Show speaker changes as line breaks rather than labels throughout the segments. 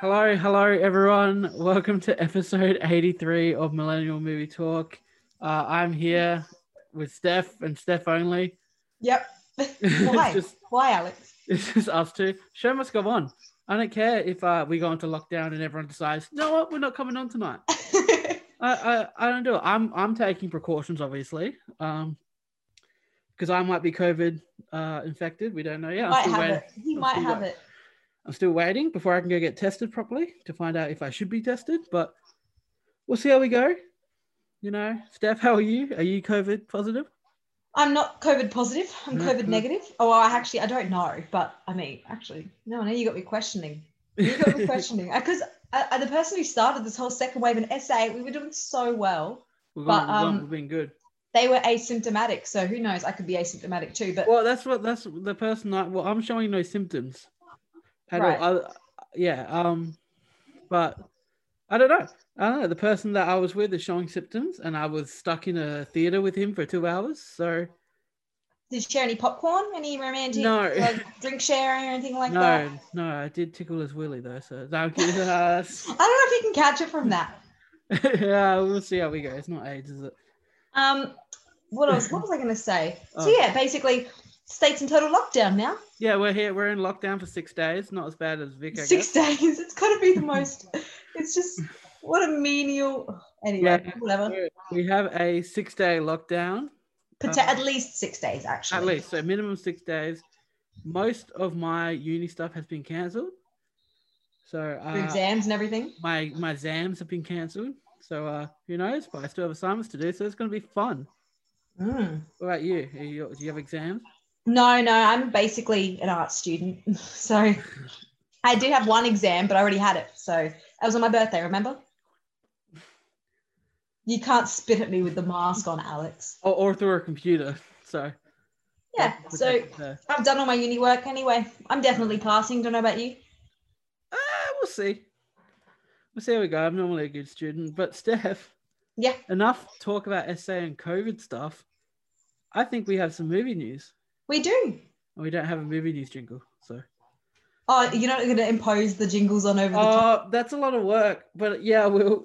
Hello, hello, everyone. Welcome to episode 83 of Millennial Movie Talk. Uh, I'm here with Steph and Steph only.
Yep. Why?
it's, just,
Why, Alex?
it's just us two. Show must go on. I don't care if uh, we go into lockdown and everyone decides, you know what, we're not coming on tonight. I, I, I don't do it. I'm I'm taking precautions, obviously, um, because I might be COVID uh, infected. We don't know yet. I'm
might
still
have
waiting-
it. He might
still
have
wait.
it.
I'm still waiting before I can go get tested properly to find out if I should be tested, but we'll see how we go. You know, Steph, how are you? Are you COVID positive?
I'm not COVID positive. I'm
Mm,
COVID
mm.
negative. Oh, well, I actually, I don't know. But I mean, actually, no, no, you got me questioning. You got me
we'll
questioning. Uh, Because the person who started this whole second wave in SA, we were doing so well.
but,
um,
we've been good.
They were asymptomatic. So who knows? I could be asymptomatic too. But
Well, that's what that's the person. I, well, I'm showing no symptoms at
Right.
all. I, yeah, um, but I don't know. I don't know. The person that I was with is showing symptoms, and I was stuck in a theater with him for two hours. So
did you share any popcorn? Any romantic
No.
like, drink sharing or anything like
no,
that?
no, I did tickle his willy though. So no, I'm kidding. uh,
I don't know if you can catch it from that.
yeah, Uh, we'll see how we go. It's not AIDS, is it?
Um, what else? What was I going to say? So
Oh.
yeah, basically, states in total lockdown now.
Yeah, we're here. We're in lockdown for six days. Not as bad as Vic. I
Six days. It's got to be the most. It's just what a menial. Anyway,
Yeah.
whatever.
guess. We have a six-day lockdown
Pota-
Um,
at least six days, actually.
at least, so minimum six days. Most of my uni stuff has been cancelled. So
Your
uh,
exams and everything.
my my exams have been cancelled. So uh, who knows? But I still have assignments to do. So it's going to be fun.
Mm.
What about you? Are you do you have exams?
No, no, I'm basically an art student, so I did have one exam, but I already had it. So that was on my birthday. Remember? You can't spit at me with the mask on, Alex.
Or, or through a computer. So
Yeah.
that's
So
protected there.
I've done all my uni work anyway. I'm definitely passing. Don't know about you.
Uh, we'll see. We'll see how we go. I'm normally a good student, but Steph,
Yeah.
enough talk about SA and COVID stuff. I think we have some movie news,
We do.
and we don't have a movie news jingle. So,
Oh, you're not going to impose the jingles on over the top.
oh, that's a lot of work, but yeah, we'll.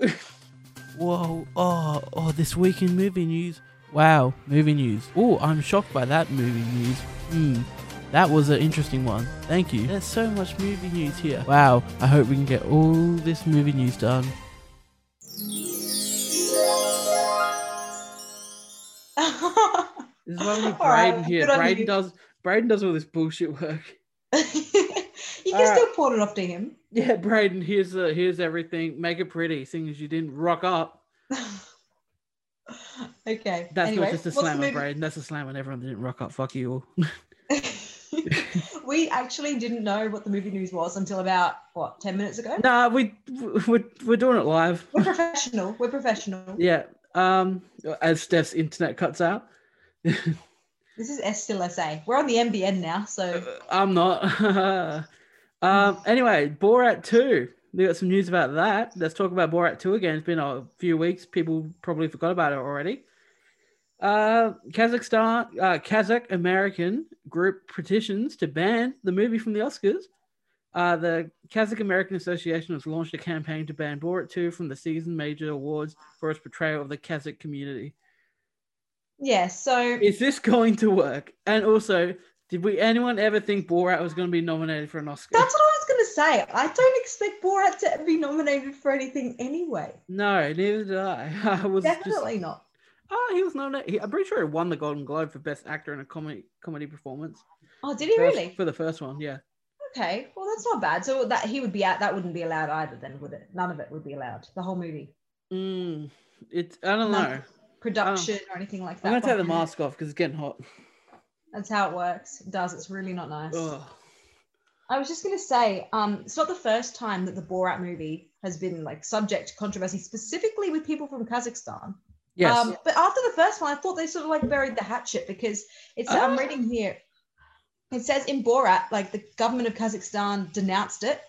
Whoa! Oh, oh! This week in movie news. Wow, movie news. Oh, I'm shocked by that movie news. Hmm, that was an interesting one. Thank you. There's so much movie news here. Wow, I hope we can get all this movie news done. Oh. This is why we need
All right,
Braden here.
good on
Braden
you.
does Braden does all this bullshit work.
you
All
can
right.
still port it off to him.
Yeah, Braden, here's the here's everything. Make it pretty, seeing as you didn't rock up.
Okay.
That's
anyway,
not just a
what's the
slam on
movie-
Braden, that's a slam on everyone that didn't rock up. Fuck you all.
we actually didn't know what the movie news was until about what ten minutes ago.
nah, we we're, we're doing it live.
We're professional. We're professional.
Yeah. Um as Steph's internet cuts out.
This is S still SA. We're on the MBN now, so
I'm not. um anyway, Borat 2. We got some news about that. Let's talk about Borat 2 again. It's been a few weeks. People probably forgot about it already. Uh, Kazakhstan, uh, Kazakh American group petitions to ban the movie from the Oscars. Uh, the Kazakh American Association has launched a campaign to ban Borat 2 from the season major awards for its portrayal of the Kazakh community.
yeah. So
Is this going to work? And also, did we anyone ever think Borat was going to be nominated for an Oscar?
that's what I was going to say. I don't expect Borat to be nominated for anything anyway.
No, neither did I. I was just
Definitely not.
oh, he was nominated. he- I'm pretty sure he won the Golden Globe for Best Actor in a comedy comedy performance.
Oh, did he
First-
really?
for the first one? Yeah.
Okay, well that's not bad. So that he would be out. That wouldn't be allowed either, then would it? None of it would be allowed. The whole movie
Mm, it's I don't
No,
know.
production or anything like that.
I'm gonna take the
behind it.
mask off because it's getting hot.
That's how it works. It does. It's really not nice.
Ugh.
I was just gonna say, um, it's not the first time that the Borat movie has been like subject to controversy, specifically with people from Kazakhstan.
Yes.
Um, but after the first one, I thought they sort of like buried the hatchet because it's. I'm
Ah.
reading here. It says in Borat, like the government of Kazakhstan denounced it,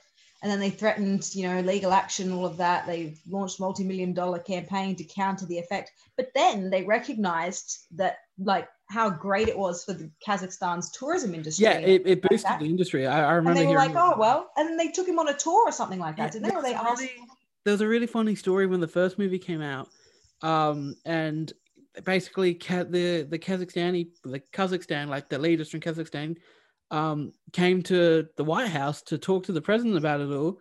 and then they threatened, you know, legal action, all of that. They launched multi-million dollar campaign to counter the effect, but then they recognized that like how great it was for the Kazakhstan's tourism industry.
Yeah, it, it boosted
that.
the industry. I, I remember
and they were
hearing
like, oh, well. And then they took him on a tour or something like that,
Yeah,
didn't they? Or they
that's
asked,
really- there was a really funny story when the first movie came out, um, and basically Ka- the the Kazakhstani the Kazakhstan like the leaders from Kazakhstan um, came to the White House to talk to the president about it all,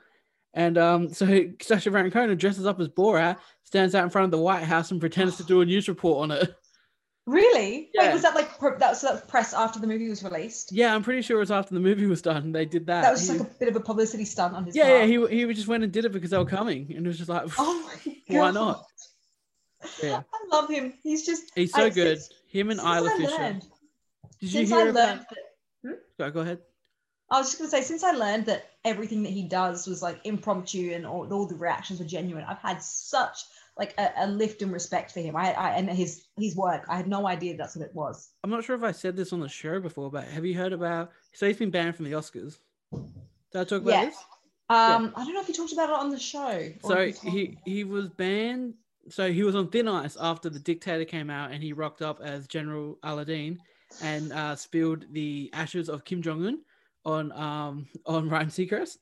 and um, so Sacha Baron Cohen dresses up as Borat, stands out in front of the White House and pretends to do a news report on it.
really?
Yeah.
Wait, was that like, pro- that was, that was press after the movie was released?
Yeah, I'm pretty sure it was after the movie was done they did that.
That was just
Uh, He-
like a bit of a publicity stunt on his
yeah, yeah,
part.
he he just went and did it because they were coming, and it was just like,
Oh my God.
Why not? yeah,
I love him. He's just
he's so
I-
good.
since-
Him and
since
Isla
I
Fisher.
learned-
Did you
since
hear
I
about?
learned that
Go, go ahead.
I was just gonna say, since I learned that everything that he does was like impromptu and all, all the reactions were genuine, I've had such like a, a lift in respect for him. I, I and his his work. I had no idea that's what it was.
I'm not sure if I said this on the show before, but have you heard about? So he's been banned from the Oscars. Did I talk about
Yeah.
this?
Um, I don't know if you talked about it on the show. or
So
if you told
he
me.
he was banned. So he was on thin ice after the dictator came out, and he rocked up as General Aladdin and uh, spilled the ashes of Kim Jong Un on um on Ryan Seacrest,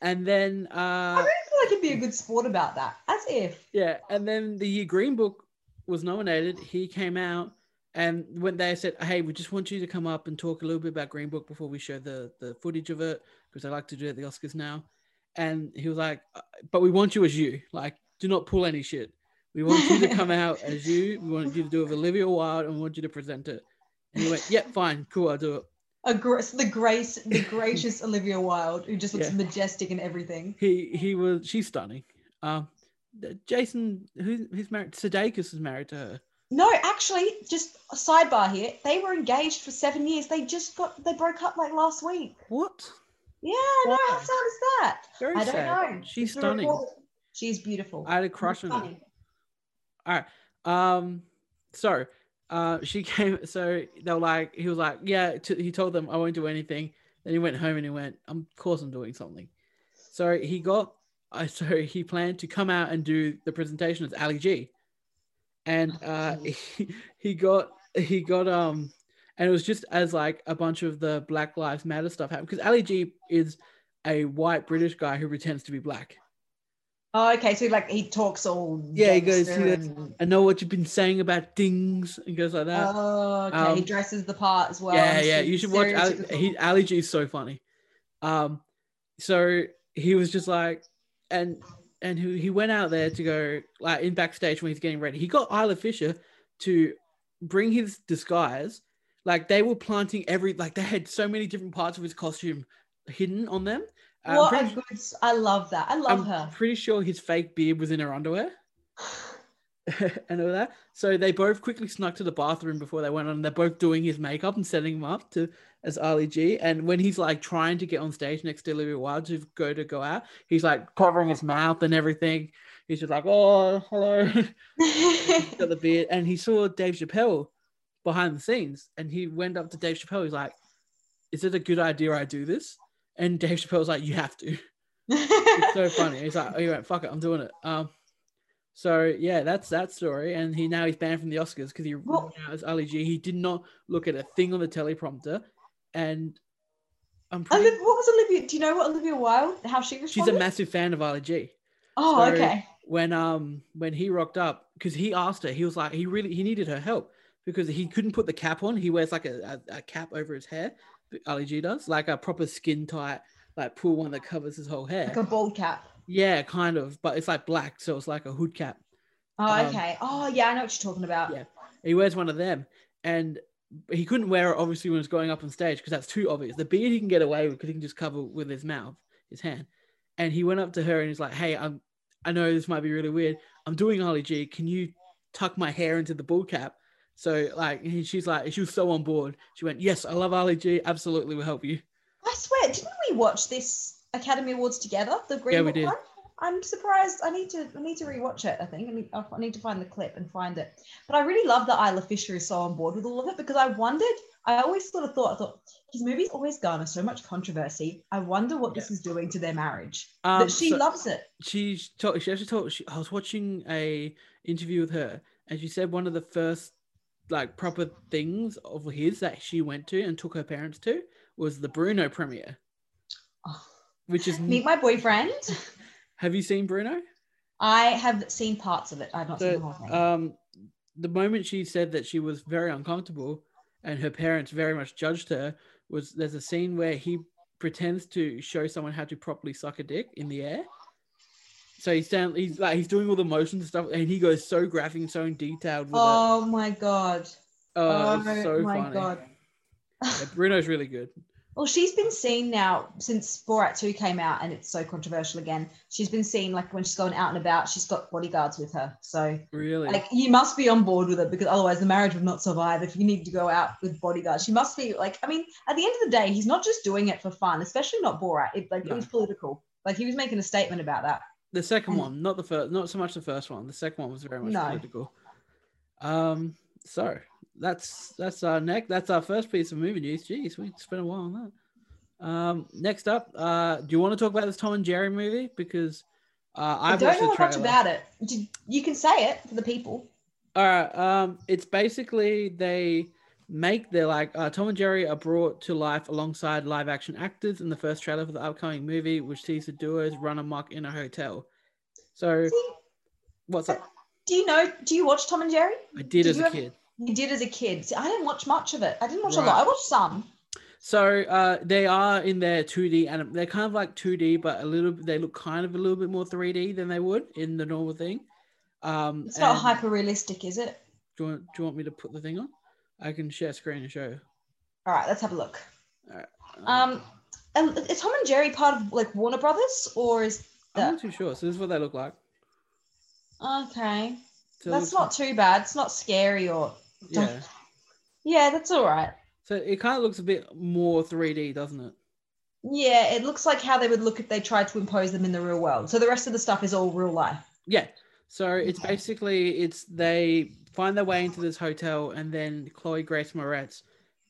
and then
I
uh,
really feel like he'd be a good sport about that. As if.
Yeah, and then the year Green Book was nominated, he came out, and when they said, "Hey, we just want you to come up and talk a little bit about Green Book before we show the the footage of it, because I like to do it at the Oscars now," and he was like, "Uh, "But we want you as you, like, do not pull any shit. We want you to come out as you. We want you to do it with Olivia Wilde, and we want you to present it." And he went, "Yep, fine, cool, I'll do it."
A gr- the grace, the gracious Olivia Wilde, who just looks
Yeah.
majestic in everything.
He he was she's stunning. Um, the- Jason, who who's married? Sudeikis is married to her.
No, actually, just a sidebar here. They were engaged for seven years. They just got they broke up like last week.
What?
Yeah, I know.
Why?
How sad is that?
Very
I don't
sad.
know.
She's
It's a
stunning.
report. She's beautiful.
I had a crush on her.
Stunning.
Um, so uh, she came. So they were like, he was like, yeah. T- he told them, I won't do anything. Then he went home and he went, "Um, of course I'm doing something. So he got. I so he planned to come out and do the presentation as Ali G, and
Oh,
uh, he, he got he got um, and it was just as like a bunch of the Black Lives Matter stuff happened because Ali G is a white British guy who pretends to be black.
Oh, okay. So like he talks all.
Yeah, he goes,
gangster
he goes-
and-
I know what you've been saying about dings and goes like that.
oh, okay.
um,
he dresses the part as well.
yeah,
and
yeah.
she's
You should watch. Ali,
stereotypical.
he, Ali G is so funny. Um, so he was just like, and and he, he went out there to go like in backstage when he's getting ready. He got Isla Fisher to bring his disguise. Like they were planting every like they had so many different parts of his costume hidden on them. Uh, I'm
what a
pretty-
good. s- I love that. I love
I'm
her.
pretty sure his fake beard was in her underwear. and all that. So they both quickly snuck to the bathroom before they went on. They're both doing his makeup and setting him up to as Ali G. And when he's like trying to get on stage next to Olivia Wilde to go to go out, he's like covering his mouth and everything. He's just like, oh, hello. He's got the beard, and he saw Dave Chappelle behind the scenes, and he went up to Dave Chappelle. He's like, "Is it a good idea I do this?" And Dave Chappelle's like, "You have to." it's so funny. He's like, oh, you went, fuck it, I'm doing it. Um, so yeah, that's that story. And he now he's banned from the Oscars because he
Well-
ran out as Ali G. He did not look at a thing on the teleprompter, and I'm
And
pretty,
then what was Olivia? Do you know what Olivia Wilde? How she responded?
she's a massive fan of Ali G.
Oh,
so-
okay.
When um when he rocked up because he asked her, he was like he really he needed her help because he couldn't put the cap on. He wears like a, a, a cap over his hair. Ali G does like a proper skin tight like pull one that covers his whole hair.
Like a bald cap.
Yeah, kind of, but it's like black, so it's like a hood cap.
Oh,
Um,
okay. Oh, yeah. I know what you're talking about.
yeah. He wears one of them, and he couldn't wear it obviously when he was going up on stage because that's too obvious. The beard he can get away with because he can just cover with his mouth, his hand. And he went up to her and he's like, "Hey, I'm. I know this might be really weird. I'm doing Harley G. Can you tuck my hair into the bull cap?" So like, and she's like, she was so on board. She went, "Yes, I love Harley G. Absolutely, we'll help you."
I swear, didn't we watch this Academy Awards together? The Green
Yeah, we
Book
did.
one. I'm surprised. I need to. I need to rewatch it. I think. I need, I need to find the clip and find it. But I really love that Isla Fisher is so on board with all of it because I wondered. I always sort of thought. I thought his movies always garner so much controversy. I wonder what this is doing to their marriage.
Um,
but she
so-
loves it.
she told she actually told she, I was watching a interview with her and she said one of the first like proper things of his that she went to and took her parents to was the Bruno premiere,
Oh.
which is
Meet my boyfriend.
have you seen Bruno?
I have seen parts of it. I've not seen the
So,
whole thing.
um, the moment she said that she was very uncomfortable and her parents very much judged her was there's a scene where he pretends to show someone how to properly suck a dick in the air. So he's down, he's like he's doing all the motions and stuff, and he goes so graphic, and so in detailed with it.
oh my god.
Oh, it's so
my
funny.
god.
Yeah, Bruno's really good.
Well, she's been seen now since Borat 2 came out, and it's so controversial again. She's been seen like when she's gone out and about, she's got bodyguards with her. So,
Really.
like, you must be on board with it because otherwise the marriage would not survive if you need to go out with bodyguards. She must be like, I mean, at the end of the day, he's not just doing it for fun, especially not Borat. It, like,
No.
it was political. Like, he was making a statement about that.
The second
And-
one, not the first, not so much the first one. The second one was very much
Mm. No.
political. Um, so that's that's our neck. That's our first piece of movie news. Jeez, we spent a while on that. Um, next up, uh, do you want to talk about this Tom and Jerry movie? Because uh,
I
I've
don't
watched the
know much
trailer.
about it. Did- You can say it for the people.
All right. Um, it's basically they make their like uh, Tom and Jerry are brought to life alongside live action actors in the first trailer for the upcoming movie, which sees the duos run amok in a hotel. So,
See,
what's up?
Do you know? Do you watch Tom and Jerry?
I did,
Did
as
you
a
ever-
kid.
You did as a kid. See, I didn't watch much of it. I didn't watch a
Right.
lot. I watched some.
So uh, they are in their 2D and they're kind of like 2D, but a little. They look kind of a little bit more 3D than they would in the normal thing. Um,
It's not
and-
hyper realistic, is it?
Do you, want, do you want me to put the thing on? I can share screen and show.
All right, let's have a look.
Um,
Um, and is Tom and Jerry part of like Warner Brothers or is
I'm not too sure. So this is what they look like.
okay?
So it
that's
looks-
not too bad. It's not scary or
Yeah.
yeah, that's all right.
So it kind of looks a bit more 3D, doesn't it?
Yeah, it looks like how they would look if they tried to impose them in the real world. So the rest of the stuff is all real life.
Yeah. So it's
Okay.
basically it's they find their way into this hotel and then Chloe Grace Moretz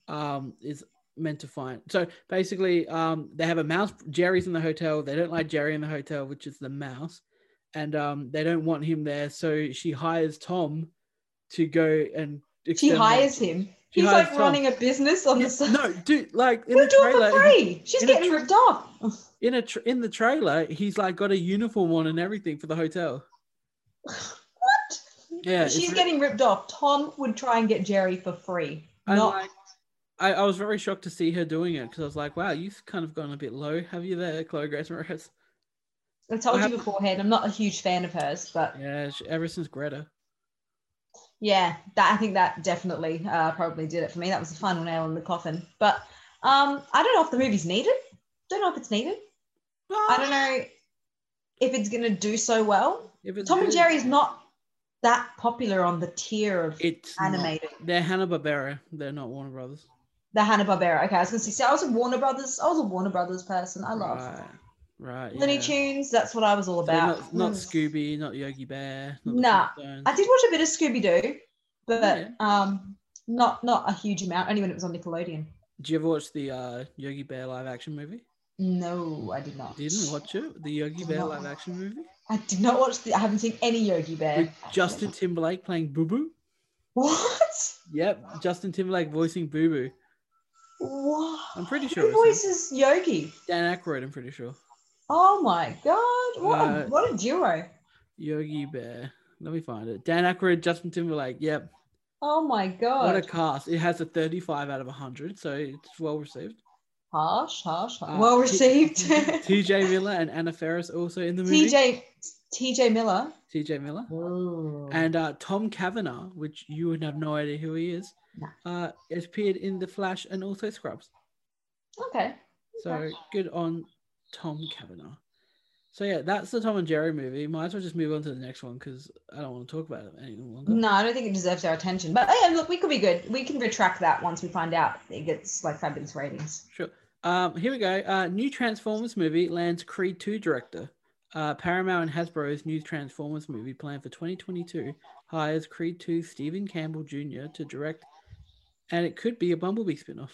um is meant to find. So basically um they have a mouse Jerry's in the hotel. They don't like Jerry in the hotel, which is the mouse. And um they don't want him there, so she hires Tom to go and
She
exterminate-
hires him.
She
He's
hires
like
Tom.
running a business on
Yeah,
the side.
no, dude, like in
He'll
the
do it
trailer,
for free. She's
in a
getting
tra-
ripped off.
in a tr in the trailer, he's like got a uniform on and everything for the hotel.
What?
Yeah, it's
She's
re-
getting ripped off. Tom would try and get Jerry for free.
And
Not
like, I, I was very shocked to see her doing it because I was like, wow, you've kind of gone a bit low. Have you there, Chloe Grace Moretz?
I told
I
you beforehand, I'm not a huge fan of hers, but
Yeah, she, ever since Greta.
yeah, that I think that definitely uh, probably did it for me. That was the final nail in the coffin. But um, I don't know if the movie's needed. Don't know if it's needed. I don't know if it's gonna do so well.
If it's
Tom and
good,
Jerry's not that popular on the tier of
It's animated.
animated.
They're Hanna Barbera. They're not Warner Brothers.
The Hanna Barbera. Okay, I was gonna say, see, I was a Warner Brothers. I was a Warner Brothers person. I love
Right. Right.
Looney
yeah.
Tunes. That's what I was all
So they're
about.
Not, not
Mm.
Scooby, not Yogi Bear. Not the
Nah,
Flintstones.
I did watch a bit of Scooby Doo, but
Yeah.
um, not not a huge amount. Only when it was on Nickelodeon.
Did you ever watch the uh, Yogi Bear live action movie?
No, I did not.
Didn't watch it? The Yogi
Did
Bear
not.
live action movie?
I did not watch. The, I haven't seen any Yogi Bear.
With Justin Timberlake playing Boo Boo?
What?
Yep, Justin Timberlake voicing Boo Boo.
What?
I'm pretty sure
Who
it's him.
voices Yogi?
Dan Aykroyd, I'm pretty sure.
Oh my god! What a,
Uh,
what a duo!
Yogi Bear. Let me find it. Dan Aykroyd, Justin Timberlake. Yep.
Oh my god!
What a cast. It has a 35 out of 100, so it's well received.
harsh, harsh, harsh.
Uh,
well
T-
received.
TJ Miller and Anna Ferris also in the movie.
TJ TJ Miller.
TJ Miller.
Oh.
And uh, Tom Kavanagh, which you would have no idea who he is,
No.
uh, has appeared in The Flash and also Scrubs.
okay.
So good on Tom Kavanagh. So yeah, that's the Tom and Jerry movie. Might as well just move on to the next one because I don't want to talk about it any longer.
No, I don't think it deserves our attention. But hey, look, we could be good. We can retract that once we find out it gets like fabulous ratings.
Sure. Um, here we go. Uh, new Transformers movie lands Creed 2 director. Uh, Paramount and Hasbro's new Transformers movie planned for 2022 hires Creed 2 Stephen Campbell Jr. to direct, and it could be a Bumblebee spin off.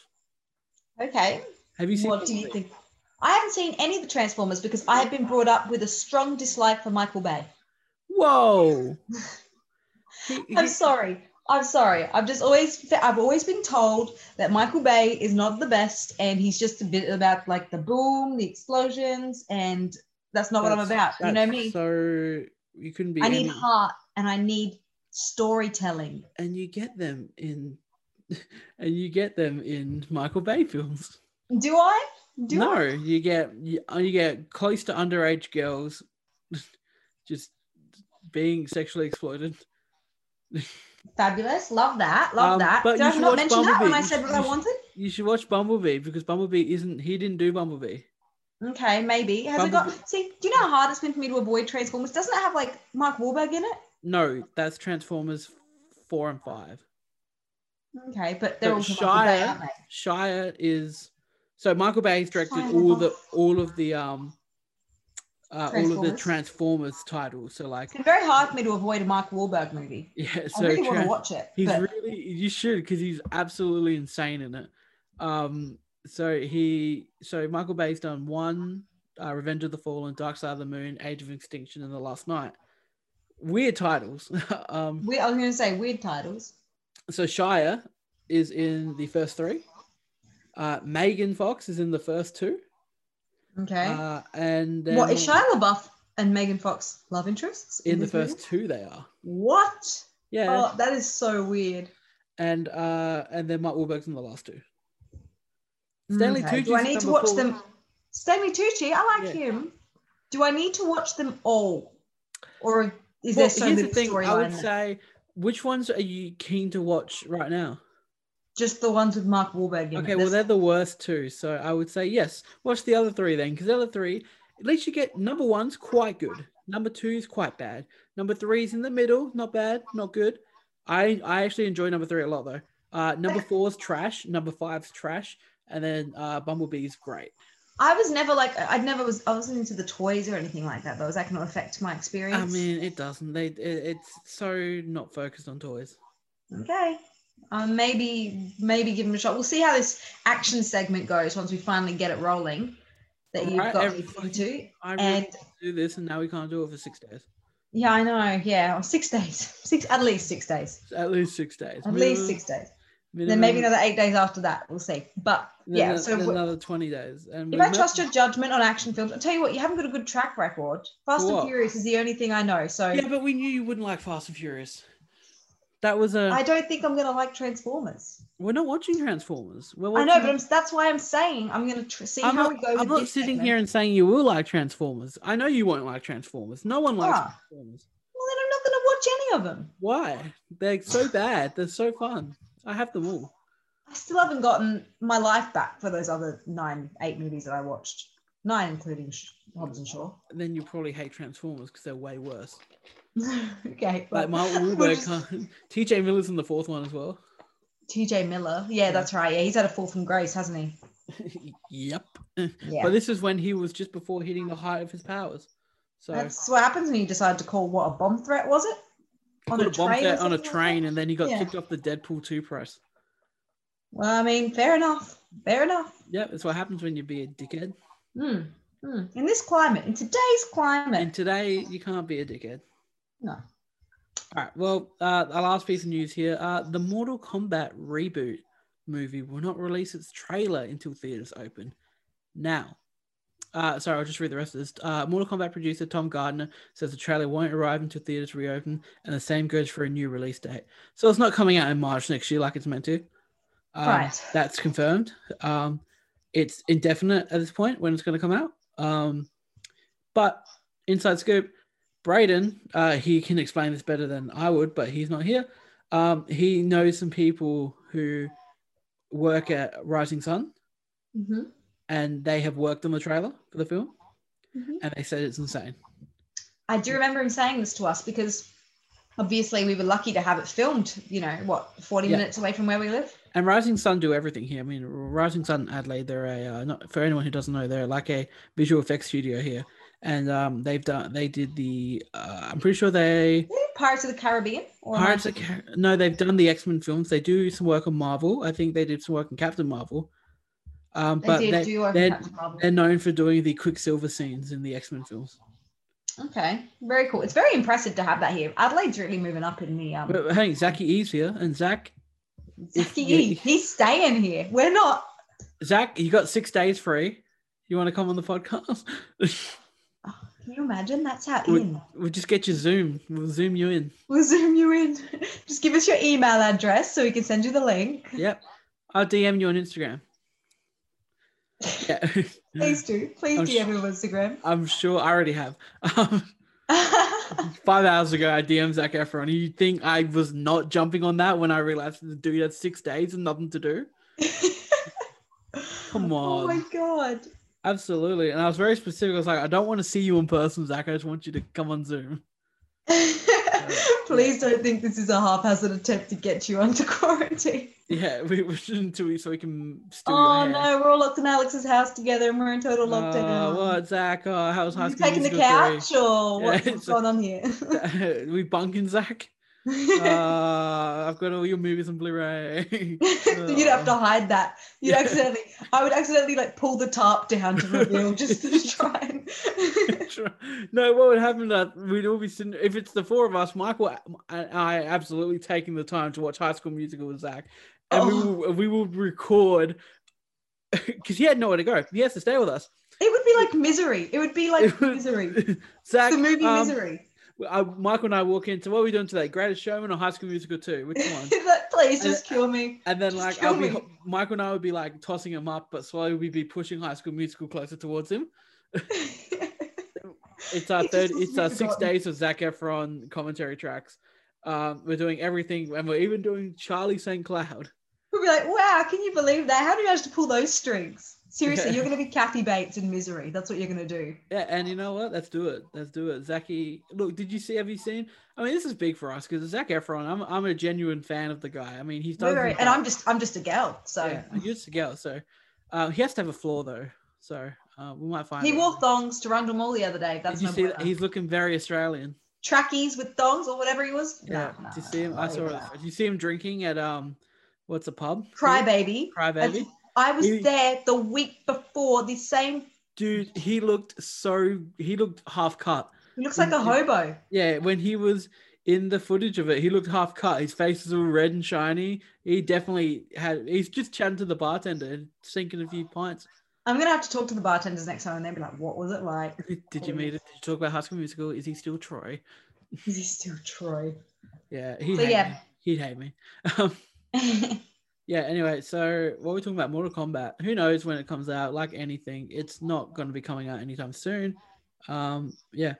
Okay.
Have you seen
What do you
Bumblebee?
think? I haven't seen any of the Transformers because I have been brought up with a strong dislike for Michael Bay.
Whoa! He-
I'm
he-
sorry. I'm sorry. I've just always I've always been told that Michael Bay is not the best, and he's just a bit about like the boom, the explosions, and that's not what I'm about.
That's-
You know
that's
me.
So E. you couldn't be.
I need
any-
heart, and I need storytelling.
and you get them in, and you get them in Michael Bay films.
Do I? Do
no,
I?
you get you, uh, you get close to underage girls, just being sexually exploited.
Fabulous. Love that. Love
Um,
that.
but
Did
you
I
should
not
watch
mention that when I
Bumblebee.
said what I wanted?
You should watch Bumblebee because Bumblebee isn't he didn't do Bumblebee.
Okay, maybe. Has it
Bumblebee.
got? See, do you know how hard it's been for me to avoid Transformers? Doesn't it have like Mark Wahlberg in it?
No, that's Transformers four and five.
Okay, but they're
But
all from Michael Bay,
Shia-
aren't they?
Shire is so Michael Bay's directed
Shia
all
LaBeouf.
the all of the um uh, all of the
Transformers.
Transformers titles. So like
It's been very hard for me to avoid a Mark Wahlberg movie.
yeah,
I
so
really want
Tran-
to watch it.
he's
but
really you should because he's absolutely insane in it. Um, so he so Michael Bay's done one uh, Revenge of the Fallen, Dark Side of the Moon, Age of Extinction, and The Last Night. Weird titles. um,
we, I was going to say weird titles.
so Shire is in the first three. Uh, Megan Fox is in the first two.
Okay.
Uh, and then
what is Shia LaBeouf and Megan Fox love interests
in the
this movie?
first two they are.
What?
Yeah.
Oh, that is so weird.
And uh, and then Mark Wahlberg's in the last two. Stanley
Mm, Okay.
Tucci's
Do I
at
need to
number
watch
four.
them? Stanley Tucci, I like
Yeah.
him. Do I need to watch them all, or is
Well,
there so
here's
little
the thing. I would
storyline? there?
say, which ones are you keen to watch right now?
Just the ones with Mark Wahlberg in it.
Okay, well
That's-
they're the worst two, so I would say yes. Watch the other three then, because the other three, at least you get number one's quite good, number two's quite bad, number three's in the middle, not bad, not good. I I actually enjoy number three a lot though. Uh, number four's trash, number five's trash, and then uh, Bumblebee's great.
I was never like I'd never was I wasn't into the toys or anything like that. Those that can affect my experience.
I mean, it doesn't. They it, it's so not focused on toys.
Okay. Um, maybe maybe give them a shot. We'll see how this action segment goes once we finally get it rolling. That you've
Alright,
got
every-
me into.
I really
And
want to do this, and now we can't do it for six days.
yeah, I know. Yeah, six days, six at least six days,
At least six days.
at least six days. Then maybe another eight days after that. We'll see. But yeah, so w-
another twenty days. And
if
we
I
met-
trust your judgment on action films, I tell you what, you haven't got a good track record. Fast
For what?
and Furious is the only thing I know. So
yeah, but we knew you wouldn't like Fast and Furious. That was a.
I don't think I'm gonna like Transformers.
We're not watching Transformers. We're
I
watching,
know, but I'm, that's why I'm saying I'm going to tr- see
I'm
how
not,
we go.
I'm
with
not
this
sitting
segment.
here and saying you will like Transformers. I know you won't like Transformers. No one likes
Ah.
Transformers.
Well, then I'm not going to watch any of them.
Why? They're so bad. They're so fun. I have them all.
I still haven't gotten my life back for those other nine, eight movies that I watched. Nine, including Sh- Hobbs and Shaw.
And then you probably hate Transformers because they're way worse.
okay. well,
Like Mark
we'll
Wahlberg,
just-
can't- TJ Miller's in the fourth one as well.
TJ Miller. Yeah, that's right. Yeah, he's had a fall from grace, hasn't he?
yep.
Yeah.
But this is when he was just before hitting the height of his powers. So
that's what happens when you decide to call what a bomb threat was it?
put a bomb
or
threat on a
something like
train,
that?
and then he got
Yeah.
kicked off the Deadpool 2 press.
Well, I mean, fair enough. Fair enough.
Yep, that's what happens when you be a dickhead.
Hmm. Hmm. In this climate, in today's climate,
And today, you can't be a dickhead.
no.
All right. Well, uh, our last piece of news here: uh, the Mortal Kombat reboot movie will not release its trailer until theaters open. Now, uh, sorry, I'll just read the rest of this. Uh, Mortal Kombat producer Tom Gardner says the trailer won't arrive until theaters reopen, and the same goes for a new release date. So it's not coming out in March next year like it's meant to. Um,
Right.
That's confirmed. Um, it's indefinite at this point when it's going to come out. Um, but inside scoop, Brayden, uh, he can explain this better than I would, but he's not here. Um, he knows some people who work at Rising Sun,
Mm-hmm.
and they have worked on the trailer for the film,
Mhm.
and they said it's insane.
I do remember him saying this to us because obviously we were lucky to have it filmed, you know, what, 40
Yeah.
minutes away from where we live?
And Rising Sun do everything here. I mean, Rising Sun Adelaide, they're a uh, not for anyone who doesn't know, they're like a visual effects studio here, and um, they've done they did the uh, I'm pretty sure they
Did they do Pirates of the Caribbean? Or am I-
Pirates of the Car- no, they've done the X Men films. They do some work on Marvel. I think they did some work on Captain Marvel. Um,
They
but
did
they,
do over
they're-
Captain Marvel.
they're known for doing the Quicksilver scenes in the X Men films.
Okay, very cool. It's very impressive to have that here. Adelaide's really moving up in the um.
But hey, Zachy E's here, and Zach, if
Zachy,
you-
E. he's staying here. We're not.
Zach, you got six days free. You want to come on the podcast?
Can you imagine? That's how
We-
in.
we'll just get you Zoom. We'll Zoom you in.
We'll zoom you in. Just give us your email address so we can send you the link.
Yep, I'll DM you on Instagram. Yeah, Oh,
Please do. Please
I'm
DM him on Instagram.
I'm sure I already have. Um, five hours ago, I DM'd Zach Efron. You think I was not jumping on that when I realized the dude had six days and nothing to do? Come
Oh my
on.
god.
Absolutely. And I was very specific. I was like, I don't want to see you in person, Zach. I just want you to come on Zoom.
Please don't think this is a haphazard attempt to get you onto quarantine.
Yeah, we, we shouldn't do it so we can steal your
Oh
hair.
no, we're all locked in Alex's house together and we're in total
Uh,
lockdown.
what, Zach? Oh, how was high
Are you
school
taking the
musical
couch or
Yeah,
what's,
it's-
what's going on here?
three? we bunking, Zach? Uh, I've got all your movies on Blu-ray.
You'd have to hide that. You'd
Yeah.
accidentally, I would accidentally like pull the tarp down to reveal just to try and.
no, what would happen that we'd all be sitting if it's the four of us, Michael and I absolutely taking the time to watch High School Musical with Zach, and
Oh.
we will we will record because he had nowhere to go. He has to stay with us.
it would be like misery. It would be like
It would-
misery.
Zach,
The movie
um,
Misery.
I- Michael and I walk into what are we doing today? Greatest Showman or High School Musical two? Which one?
That- Please just kill me.
And then
Just
like
kill
I'll be,
me.
Michael and I would be like tossing him up, but slowly we'd be pushing High School Musical closer towards him. It's our
It just
third.
wasn't
It's our six
forgotten.
days of Zac Efron commentary tracks. Um, we're doing everything, and we're even doing Charlie St. Cloud.
We'd be like, wow, can you believe that? How do you manage to pull those strings? Seriously,
Yeah.
you're going to be Kathy Bates in Misery. That's what you're going to do.
Yeah, and you know what? Let's do it. Let's do it. Zachy, look, did you see? Have you seen? I mean, this is big for us because Zac Efron. I'm, I'm a genuine fan of the guy. I mean, he's
We're
done.
very-
some-
and I'm just, I'm just a gal. So
yeah, I'm used to go. So, uh, he has to have a flaw though. So uh, we might find.
he
it.
wore thongs to Rundle Mall the other day. That's
Did you
my
see?
see
That? He's looking very Australian.
trackies with thongs or whatever he was.
Yeah.
Nah,
Did you
nah,
see him? I
nah,
saw.
nah.
it. Did you see him drinking at um, what's a pub?
Crybaby.
Crybaby.
I was
He-
there the week before. The same.
Dude, he looked so he looked half cut.
He looks like a
He-
hobo.
Yeah, when he was in the footage of it, he looked half cut. His face was all red and shiny. He definitely had. He's just chatting to the bartender and sinking a few pints.
I'm gonna have to talk to the bartenders next time and they'll be like, "What was it like?
Did you meet it? Did you talk about High School Musical? Is he still Troy?
Is he still Troy?"
Yeah, he.
So,
hate
yeah.
me. he'd hate me. Um, yeah. Anyway, so what we're talking about, Mortal Kombat. Who knows when it comes out? Like anything, it's not going to be coming out anytime soon. Um, yeah,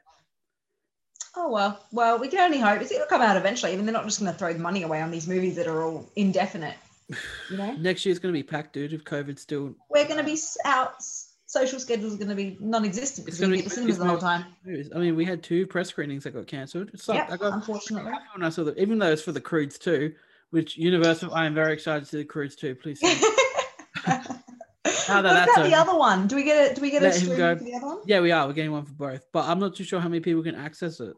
oh well, well, we can only hope. It's gonna come out eventually. I mean, they're not just gonna throw the money away on these movies that are all indefinite. You know,
next year's going to be packed, dude. If COVID's still
we're gonna be s- out. s- Social schedules are gonna be non-existent
It's
because we
gonna
get the
be-
cinemas
it's
the whole
gonna-
time.
Movies. I mean, we had two press screenings that got cancelled. It's like
Yep,
I got
unfortunately.
happy when I saw that, even though it's for the Croods too, which Universal, I am very excited to see the Croods too. Please, see it.
what
that's
about the
a-
other one? Do we get a do we get a
Let him
stream
go.
for the other one?
yeah, we are. We're getting one for both, but I'm not too sure how many people can access it.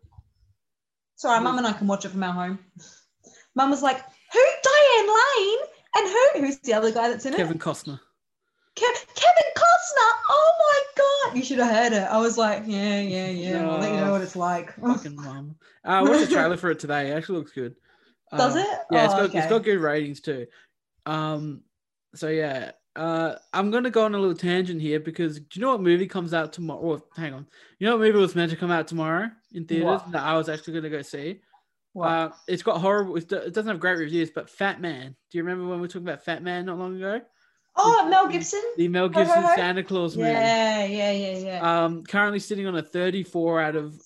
Sorry, Mum and I can watch it from our home. Mum was like, "Who? Diane Lane and who? Who's the other guy that's in it?
Kevin Costner.
Kev- Kevin Costner. Oh my god, you should have heard it. I was like, yeah, yeah, yeah. I'll let you know what it's like.
Fucking mum. Uh, I watched the trailer for it today. It actually looks good.
Does
Um,
it?
Yeah, it's
Oh,
got
okay.
it's got good ratings too. Um, so yeah, uh, I'm gonna go on a little tangent here because do you know what movie comes out tomorrow? Oh, hang on, you know what movie was meant to come out tomorrow in theaters
What?
that I was actually gonna go see.
What?
Uh, it's got horrible. It do- it doesn't have great reviews, but Fat Man. Do you remember when we were talking about Fat Man not long ago?
oh, Mel Gibson.
The Mel
Ho, ho,
Gibson
ho.
Santa Claus movie.
Yeah, yeah, yeah, yeah.
Um, currently sitting on a 34 out of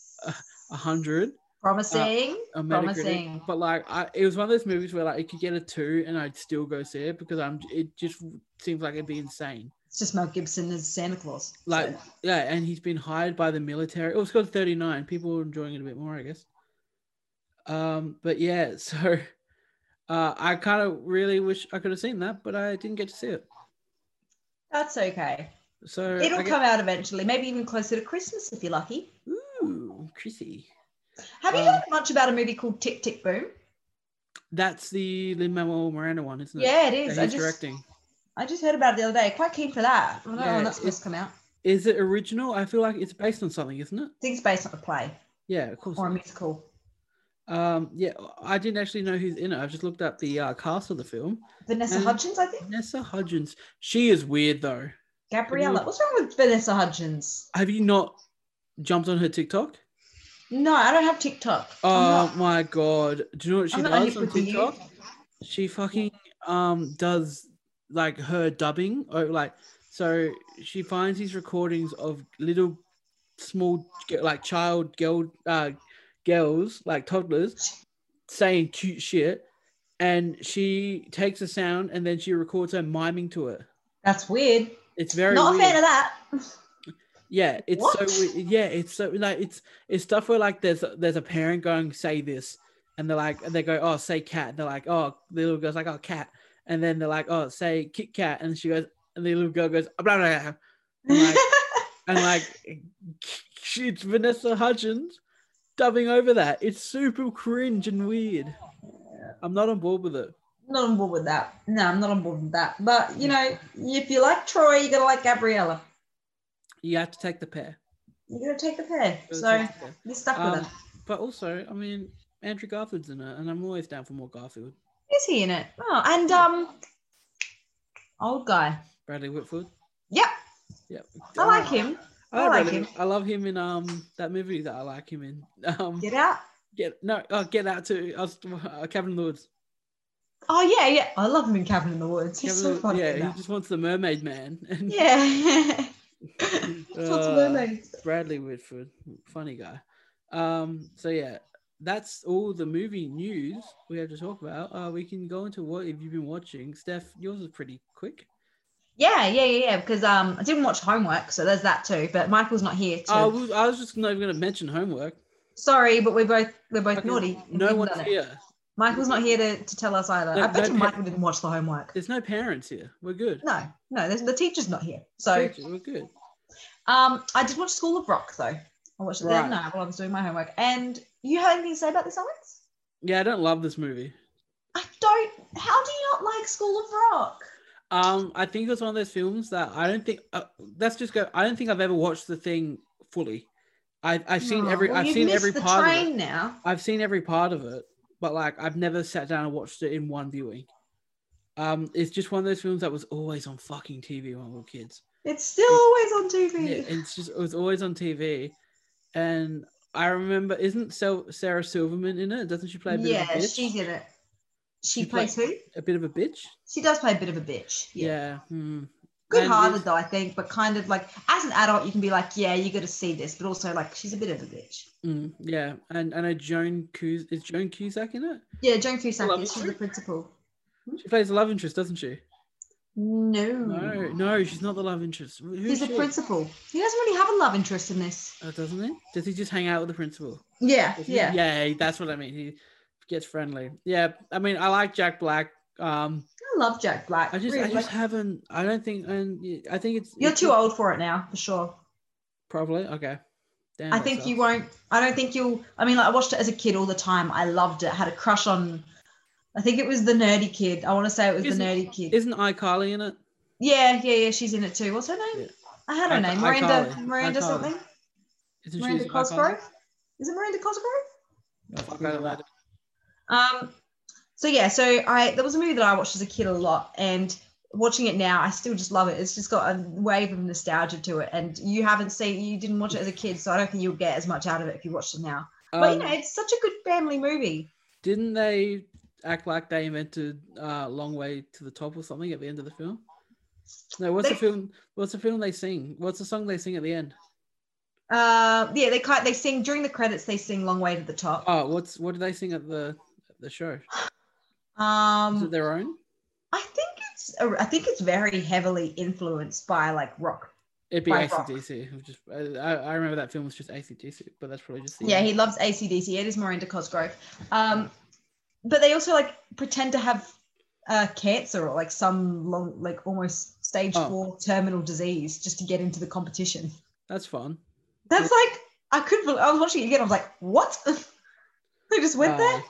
100.
Promising.
a Metacritic,
Promising.
But like, I, it was one of those movies where like it could get a two, and I'd still go see it because I'm. It just seems like it'd be insane.
it's just Mel Gibson as Santa Claus.
Like, yeah, and he's been hired by the military. Oh, it's got 39. People are enjoying it a bit more, I guess. Um, but yeah, so uh, I kind of really wish I could have seen that, but I didn't get to see it.
that's okay.
So
It'll
uh, I get-
come out eventually. Maybe even closer to Christmas if you're lucky.
Ooh, Chrissy.
Have you
Um,
heard much about a movie called Tick Tick Boom?
That's the Lin Manuel Miranda one, isn't it?
Yeah, it
That
is.
he's
I just
directing.
I just heard about it the other day. Quite keen for that. I don't know
Yeah,
when that's
it-
supposed to come out.
Is it original? I feel like it's based on something, isn't it?
I think it's based on a play
Yeah, of course.
or a musical.
Um, yeah, I didn't actually know who's in it. I've just looked up the uh, cast of the film.
Vanessa
Um,
Hudgens, I think.
Vanessa Hudgens. She is weird though.
Gabriella.
Vanessa-
What's wrong with Vanessa Hudgens?
Have you not jumped on her TikTok?
No, I don't have TikTok. I'm
Oh
not-
my god! Do you know what she
I'm not hip
does on
with the new-
TikTok? She fucking um does like her dubbing or like so she finds these recordings of little small g- like child girl uh girls like toddlers saying cute shit and she takes a sound and then she records her miming to it
That's weird.
it's very
not
weird.
a fan of that.
Yeah, it's
What?
so we- yeah, it's so like it's it's stuff where like there's there's a parent going say this, and they're like and they go oh say cat, and they're like oh the little girl's like oh cat, and then they're like oh say Kit Kat, and she goes and the little girl goes blah blah, blah. And, like, and like it's Vanessa Hudgens dubbing over that. It's super cringe and weird. I'm not on board with it.
not on board with that. No, I'm not on board with that. But you know, if you like Troy, you gotta like Gabriella.
You have to take the pair.
You gotta take the pair.
You gotta
So
take the pair.
you're stuck with
Um,
her.
but also, I mean, Andrew Garfield's in it, and I'm always down for more Garfield.
Is he in it? Oh, and um, old guy.
Bradley Whitford.
Yep,
Yep. Oh,
I like him. I like
Bradley.
him.
I love him in um that movie that I like him in. Um,
Get out.
get no, oh, get out to I was, uh, Cabin in the Woods.
Oh yeah, yeah. I love him in Cabin in the Woods. He's
Cabin
so
in the-
funny.
yeah,
in
he
that.
just wants the Mermaid Man. And
Yeah. Lots of
Uh,
mermaids.
Bradley Whitford, funny guy. Um, so yeah, that's all the movie news we have to talk about. Uh, we can go into what have you been watching, Steph? Yours is pretty quick.
Yeah, yeah, yeah, yeah. Because um, I didn't watch homework, so there's that too. But Michael's not here. To...
I was, I was just not even going to mention homework.
Sorry, but we're both we're both
Fucking
naughty. and
No
we've
one's
done it.
here.
Michael's not here to, to tell us either.
No,
I bet
no
you
pa-
Michael didn't watch the homework.
There's no parents here. We're good.
No, no, there's, the teacher's not here. So
Teacher, we're good.
um, I did watch School of Rock though. I watched it the
Right.
other night while I was doing my homework. And you had anything to say about this, Alex?
Yeah, I don't love this movie.
I don't. How do you not like School of Rock?
Um, I think it's one of those films that I don't think. Uh, let's just go. I don't think I've ever watched the thing fully. I, I've seen
Oh,
every.
well,
I've
you've
seen
missed
every
the
part. Of it.
train now.
I've seen every part of it, but like I've never sat down and watched it in one viewing. Um, it's just one of those films that was always on fucking TV when we were kids.
It's still always on TV.
Yeah, it's just it was always on TV, and I remember isn't Sel- Sarah Silverman in it? Doesn't she play a bit of a
Yeah,
bitch?
she did it. She,
She
plays who?
a bit of a bitch.
She does play a bit of a bitch.
Yeah. hmm.
Good
And
hearted
it's-
though, I think, but kind of like as an adult, you can be like, yeah, you got to see this, but also like she's a bit of a bitch.
Mm, yeah, and I know Joan Cus is Joan Cusack in it.
Yeah, Joan Cusack
Love
is she's
her.
the principal.
She plays the love interest, doesn't she?
Hmm? No,
No, no, she's not the love interest. Who is
he's
she?
the principal. He doesn't really have a love interest in this.
Oh, doesn't he? Does he just hang out with the principal?
Yeah,
Does he-
yeah.
yeah, that's what I mean. He gets friendly. Yeah, I mean, I like Jack Black. Um,
I love Jack Black.
I just,
really,
I just
like-
haven't. I don't think, and y- I think it's
you're
it's
too old for it now, for sure.
Probably okay. Damn
I think you won't. I don't think you'll. I mean, like, I watched it as a kid all the time. I loved it. Had a crush on. I think it was the nerdy kid. I want to say it was
Isn't-
the nerdy kid.
Isn't iCarly in it?
Yeah, yeah, yeah. She's in it too. What's her name?
Yeah.
I had her
I-
name.
I
Miranda,
can't- I
Miranda
can't.
something.
Isn't
Miranda
in iCarly?
Cosgrove. Is it Miranda Cosgrove?
Oh, fuck, I don't know.
Um. So yeah, so I that was a movie that I watched as a kid a lot, and watching it now, I still just love it. It's just got a wave of nostalgia to it, and you haven't seen, you didn't watch it as a kid, so I don't think you'll get as much out of it if you watched it now. but you
Um,
know, it's such a good family movie.
Didn't they act like they invented uh, "Long Way to the Top" or something at the end of the film? No, what's the
They-
film? What's the film they sing? What's the song they sing at the end?
Uh, yeah, they kind they sing during the credits. They sing "Long Way to the Top."
Oh, what's what do they sing at the at the show? Oh. Is it
Um,
their own?
I think it's I think it's very heavily influenced by like rock
It'd be
by Rock.
ACDC. It was Just I, I I remember that film was just ACDC, but that's probably just the
Yeah, he loves ACDC. It is Miranda Cosgrove. Um, but they also like pretend to have uh, cancer or like some long, like almost stage
Oh.
four terminal disease just to get into the competition.
that's fun.
That's like, I could, not I was watching it again. I was like, what? they just went there.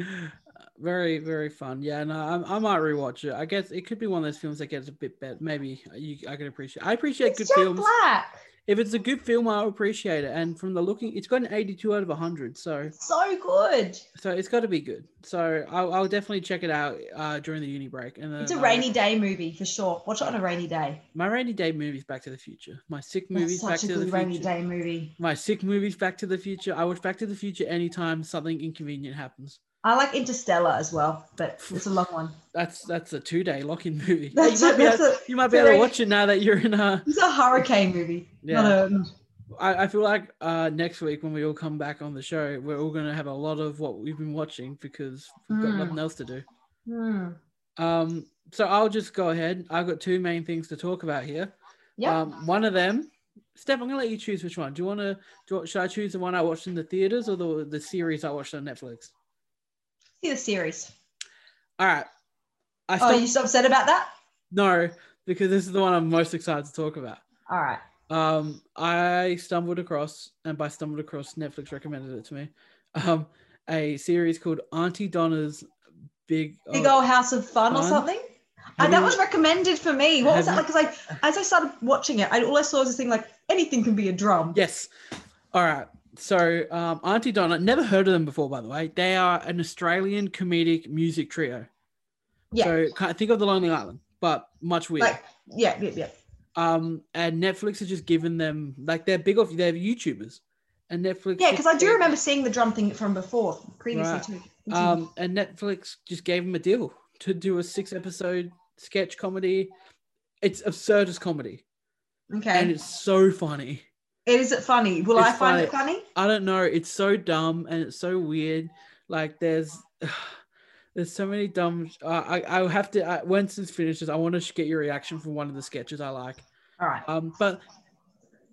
Uh, very very fun. Yeah, no, I, I might rewatch it. I guess it could be one of those films that gets a bit better. Maybe you, I can appreciate. I appreciate
It's
good
Jack
films.
Black.
If it's a good film, I'll appreciate it. And from the looking, it's got an eighty-two out of hundred. So
So good.
so it's got to be good. So I'll, I'll definitely check it out uh, during the uni break. And uh,
It's a
I'll-
rainy day movie for sure. Watch it on a rainy day.
My rainy day movies Back to the Future. My sick
That's
movies Back
such a
to the
good rainy
Future.
day movie.
My sick movies Back to the Future. I watch Back to the Future anytime something inconvenient happens.
I like Interstellar as well, but it's a long one.
That's that's a two day lock in movie.
That's
you
a,
might be,
that's
able,
a,
you might be
it's a
able to
rainy-
watch it now that you're in a.
it's a hurricane movie.
Yeah.
Not a,
I, I feel like uh, next week when we all come back on the show, we're all going to have a lot of what we've been watching because we've got
Mm.
nothing else to do.
hmm.
Um, so I'll just go ahead. I've got two main things to talk about here.
Yeah.
Um, one of them, Steph, I'm gonna let you choose which one. Do you want to? Do you, want- should I choose the one I watched in the theaters or the the series I watched on Netflix?
See the series.
All right. I
Oh,
still
you still upset about that?
no because this is the one I'm most excited to talk about.
All right.
Um, I stumbled across, and by stumbled across, Netflix recommended it to me. Um, a series called Auntie Donna's Big.
Big
Oh,
old House of Fun or
Fun?
something.
have
Uh, that
you-
was recommended for me. What was
Have
that? Because like, 'cause I- as I started watching it, I all I saw was this thing like anything can be a drum.
Yes. All right. So, um, Auntie Donna, never heard of them before, by the way. They are an Australian comedic music trio.
Yeah.
So, kind think of The Lonely Island, but much weirder.
Like yeah, yeah, yeah.
um, and Netflix has just given them, like, they're big off, they're YouTubers. And Netflix. just
Yeah, because I do
gave-
remember seeing the drum thing from before, previously
Right.
too.
Um, and Netflix just gave them a deal to do a six episode sketch comedy. It's absurd as comedy, and
okay.
it's so funny.
It is it funny? Will I
it's
find it funny?
I don't know. It's so dumb and it's so weird. Like there's there's so many dumb. Uh, I I will have to I, once this finishes, I want to get your reaction from one of the sketches I like.
All right.
Um, but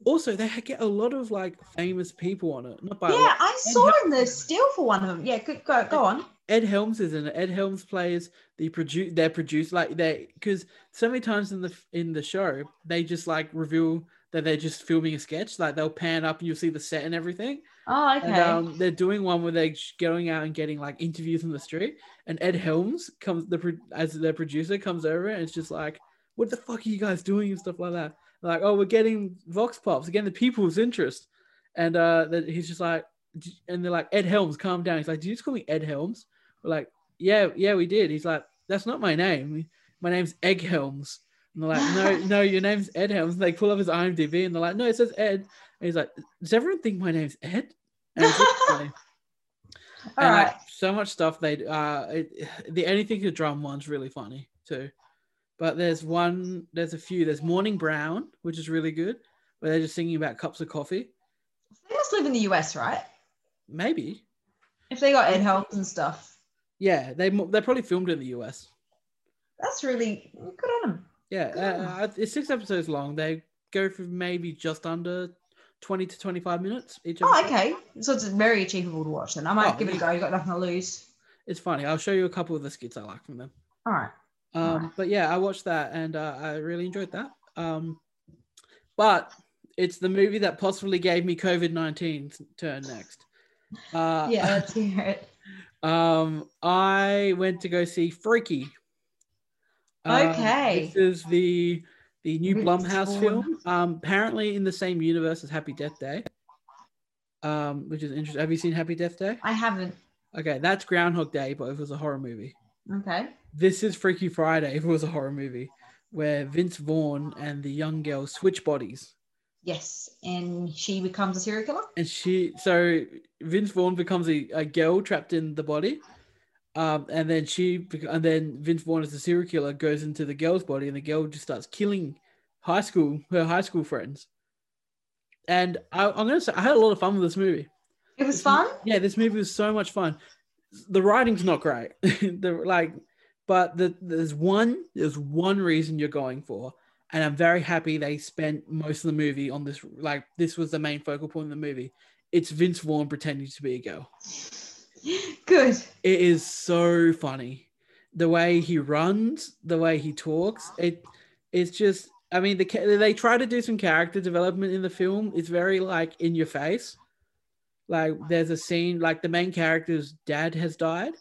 also they ha- get a lot of like famous people on it. Not by a lot.
Yeah, I saw in the still for one of them. Yeah, good, go go on.
Ed Helms is in it. Ed Helms plays the produce. They're produced like they because so many times in the in the show they just like reveal that they're just filming a sketch. Like they'll pan up and you'll see the set and everything.
Oh, okay.
And um, they're doing one where they're sh- going out and getting like interviews in the street. And Ed Helms comes, the pro- as their producer comes over, and it's just like, "What the fuck are you guys doing?" and stuff like that. Like, "Oh, we're getting vox pops, again the people's interest." And uh, that he's just like, "D- and they're like, "Ed Helms, calm down." He's like, "Did you just call me Ed Helms?" We're like, "Yeah, yeah, we did." He's like, "That's not my name. My name's Egg Helms." And they're like, "No, no, your name's Ed Helms." And they pull up his IMDb, and they're like, "No, it says Ed." And he's like, "Does everyone think my name's Ed?" And it's just funny.
All
And, like,
right.
so much stuff they uh it, the anything to drum one's really funny too. But there's one, there's a few. There's Morning Brown, which is really good, where they're just singing about cups of coffee.
They must live in the US, right?
Maybe,
If they got Ed Helms and stuff.
yeah. They mo- they probably filmed in the U.S.
That's really good on them.
Yeah, uh,
Cool.
uh, it's six episodes long. They go for maybe just under twenty to twenty-five minutes each.
Oh,
episode.
okay. So it's very achievable to watch then. I might
Oh,
give it a go. You've got nothing to lose.
It's funny. I'll show you a couple of the skits I like from them.
All right.
Um,
Alright.
But yeah, I watched that and uh, I really enjoyed that. Um, but it's the movie that possibly gave me COVID 19 turn next. Uh,
Yeah, let's hear it.
Um, I went to go see Freaky. Um,
Okay.
this is the the new
Which
Blumhouse
one?
film. Um, apparently in the same universe as Happy Death Day. Um, which is interesting. Have you seen Happy Death Day?
I haven't.
Okay, that's Groundhog Day, but it was a horror movie.
Okay.
This is Freaky Friday, if it was a horror movie, where Vince Vaughn and the young girl switch bodies.
Yes. And she becomes a serial killer.
And she, so Vince Vaughn becomes a, a girl trapped in the body. Um, and then she, bec- and then Vince Vaughn, as the serial killer, goes into the girl's body and the girl just starts killing high school, her high school friends. And I, I'm going to say, I had a lot of fun with this movie.
It was
It's-
fun.
yeah, this movie was so much fun. The writing's not great. the like, but the, there's one there's one reason you're going for, and I'm very happy they spent most of the movie on this. Like, this was the main focal point of the movie. It's Vince Vaughn pretending to be a girl.
Good.
It is so funny. The way he runs, the way he talks, it it's just. I mean, the ca- they try to do some character development in the film. It's very like in your face. Like, there's a scene like the main character's dad has died,